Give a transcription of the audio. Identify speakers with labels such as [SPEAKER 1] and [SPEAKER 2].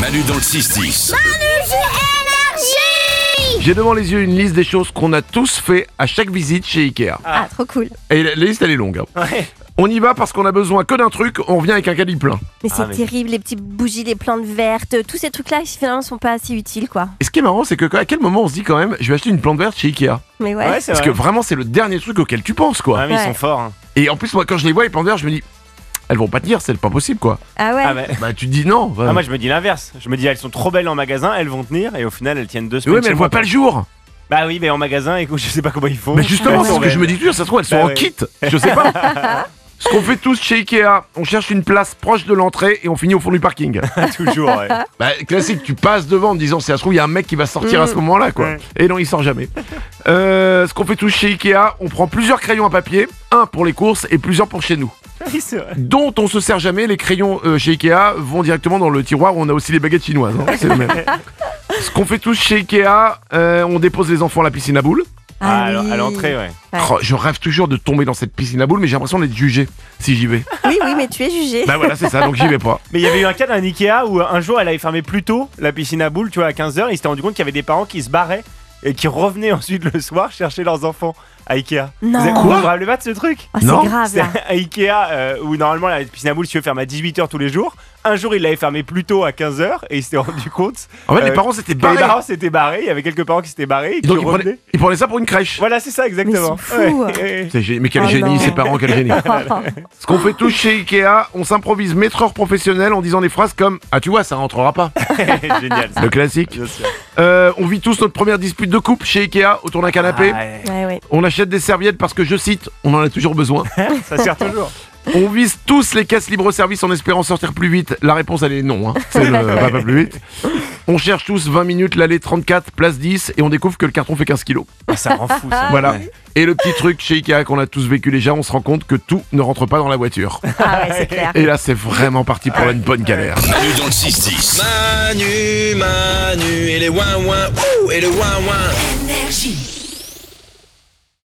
[SPEAKER 1] Manu dans le 6-10.
[SPEAKER 2] J'ai devant les yeux une liste des choses qu'on a tous fait à chaque visite chez Ikea.
[SPEAKER 3] Ah, trop cool.
[SPEAKER 2] Et la la liste, elle est longue. hein.
[SPEAKER 4] Ouais.
[SPEAKER 2] On y va parce qu'on a besoin que d'un truc, on revient avec un caddie plein.
[SPEAKER 3] Mais c'est
[SPEAKER 4] Ah, mais-
[SPEAKER 3] terrible, les petites bougies, les plantes vertes, euh, tous ces trucs-là, finalement, sont pas assez utiles, quoi.
[SPEAKER 2] Et ce qui est marrant, c'est que à quel moment on se dit quand même, je vais acheter une plante verte chez Ikea
[SPEAKER 3] Mais ouais.
[SPEAKER 4] Ouais, c'est
[SPEAKER 2] Parce
[SPEAKER 4] vrai.
[SPEAKER 2] que vraiment, c'est le dernier truc auquel tu penses, quoi.
[SPEAKER 4] Ouais, mais
[SPEAKER 3] Ouais.
[SPEAKER 4] ils sont forts. hein.
[SPEAKER 2] Et en plus, moi, quand je les vois, les plantes vertes, je me dis, elles vont pas tenir, c'est pas possible, quoi.
[SPEAKER 3] Ah ouais.
[SPEAKER 4] Ah, mais-
[SPEAKER 2] Bah, tu te dis non. bah,
[SPEAKER 4] Ah, moi, je me dis l'inverse. Je me dis, elles sont trop belles en magasin, elles vont tenir, et au final, elles tiennent deux
[SPEAKER 2] mais
[SPEAKER 4] semaines.
[SPEAKER 2] ouais, mais
[SPEAKER 4] chez
[SPEAKER 2] elles
[SPEAKER 4] moi.
[SPEAKER 2] voient pas le jour.
[SPEAKER 4] Bah oui, mais en magasin, écoute, je sais pas comment ils font.
[SPEAKER 2] Mais justement,
[SPEAKER 4] Elles
[SPEAKER 2] c'est ce
[SPEAKER 4] sont
[SPEAKER 2] que je me
[SPEAKER 4] belles.
[SPEAKER 2] dis toujours, ça se trouve, elles sont
[SPEAKER 4] Bah
[SPEAKER 2] en
[SPEAKER 4] ouais.
[SPEAKER 2] kit. Je sais pas. Ce qu'on fait tous chez Ikea, on cherche une place proche de l'entrée et on finit au fond du parking.
[SPEAKER 4] Ah, Toujours, ouais.
[SPEAKER 2] Bah, classique, tu passes devant en te disant, si ça se trouve, il y a un mec qui va sortir à ce moment-là, quoi.
[SPEAKER 4] Ouais.
[SPEAKER 2] Et non, il sort jamais. Euh, ce qu'on fait tous chez Ikea, on prend plusieurs crayons à papier, un pour les courses et plusieurs pour chez nous.
[SPEAKER 4] Oui, c'est vrai.
[SPEAKER 2] Dont on se sert jamais, les crayons euh, chez Ikea vont directement dans le tiroir où on a aussi les baguettes chinoises. hein, c'est le même. Ce qu'on fait tous chez Ikea, euh, on dépose les enfants à la piscine à boules.
[SPEAKER 4] Ah,
[SPEAKER 3] Ah
[SPEAKER 4] alors,
[SPEAKER 3] oui.
[SPEAKER 4] à l'entrée, ouais.
[SPEAKER 3] Ouais.
[SPEAKER 2] Oh, je rêve toujours de tomber dans cette piscine à boules, mais j'ai l'impression d'être jugé si j'y vais.
[SPEAKER 3] Oui, oui, mais tu es jugé.
[SPEAKER 2] bah voilà, c'est ça, donc j'y vais pas.
[SPEAKER 4] Mais il y avait eu un cas d'un Ikea où euh, un jour elle avait fermé plus tôt la piscine à boules, tu vois, à 15h. Ils s'étaient rendu compte qu'il y avait des parents qui se barraient et qui revenaient ensuite le soir chercher leurs enfants à Ikea.
[SPEAKER 3] Non.
[SPEAKER 4] Vous avez-
[SPEAKER 2] Quoi
[SPEAKER 4] vous vous rappelez pas de ce truc
[SPEAKER 3] Oh, c'est
[SPEAKER 2] Non,
[SPEAKER 3] grave,
[SPEAKER 4] C'est
[SPEAKER 3] là.
[SPEAKER 4] à Ikea euh, où normalement la piscine à boules, si tu veux, ferme à 18h tous les jours. Un jour, il l'avait fermé plus tôt à 15h et il s'était rendu compte
[SPEAKER 2] En fait, les
[SPEAKER 4] Euh,
[SPEAKER 2] parents s'étaient
[SPEAKER 4] que les
[SPEAKER 2] barrés.
[SPEAKER 4] parents s'étaient barrés. Il y avait quelques parents qui s'étaient barrés et
[SPEAKER 2] Et
[SPEAKER 4] qui
[SPEAKER 2] donc ils
[SPEAKER 4] revenaient.
[SPEAKER 2] prenaient, ils prenaient ça pour une crèche.
[SPEAKER 4] Voilà, c'est ça, exactement.
[SPEAKER 3] fous.
[SPEAKER 4] Ouais.
[SPEAKER 2] C'est gé- Mais quel
[SPEAKER 3] Oh
[SPEAKER 2] génie,
[SPEAKER 3] non.
[SPEAKER 2] ces parents, quel génie. Ce qu'on fait tous chez Ikea, on s'improvise maîtreur professionnel en disant des phrases comme Ah, tu vois, ça rentrera pas.
[SPEAKER 3] hein.
[SPEAKER 4] Génial. ça.
[SPEAKER 2] Le classique.
[SPEAKER 4] Bien sûr.
[SPEAKER 2] Euh, on vit tous notre première dispute de couple chez Ikea autour d'un canapé.
[SPEAKER 4] Ouais,
[SPEAKER 3] Ouais, Ah ouais.
[SPEAKER 2] On achète des serviettes parce que, je cite, on en a toujours besoin.
[SPEAKER 4] ça sert toujours.
[SPEAKER 2] On vise tous les caisses libre-service en espérant sortir plus vite. La réponse, elle est non. hein. C'est le va pas plus vite. On cherche tous 20 minutes l'allée 34, place 10, et on découvre que le carton fait 15 kilos.
[SPEAKER 4] Ah, ça rend fou. Ça.
[SPEAKER 2] Voilà.
[SPEAKER 4] Ouais.
[SPEAKER 2] Et le petit truc chez Ikea qu'on a tous vécu déjà, on se rend compte que tout ne rentre pas dans la voiture.
[SPEAKER 3] Ah ouais, c'est clair.
[SPEAKER 2] Et là, c'est vraiment parti
[SPEAKER 4] Ah.
[SPEAKER 2] pour une bonne galère.
[SPEAKER 1] Manu dans le 6-10.
[SPEAKER 5] Manu, Manu et les ouin ouin, ouh et le ouin ouin.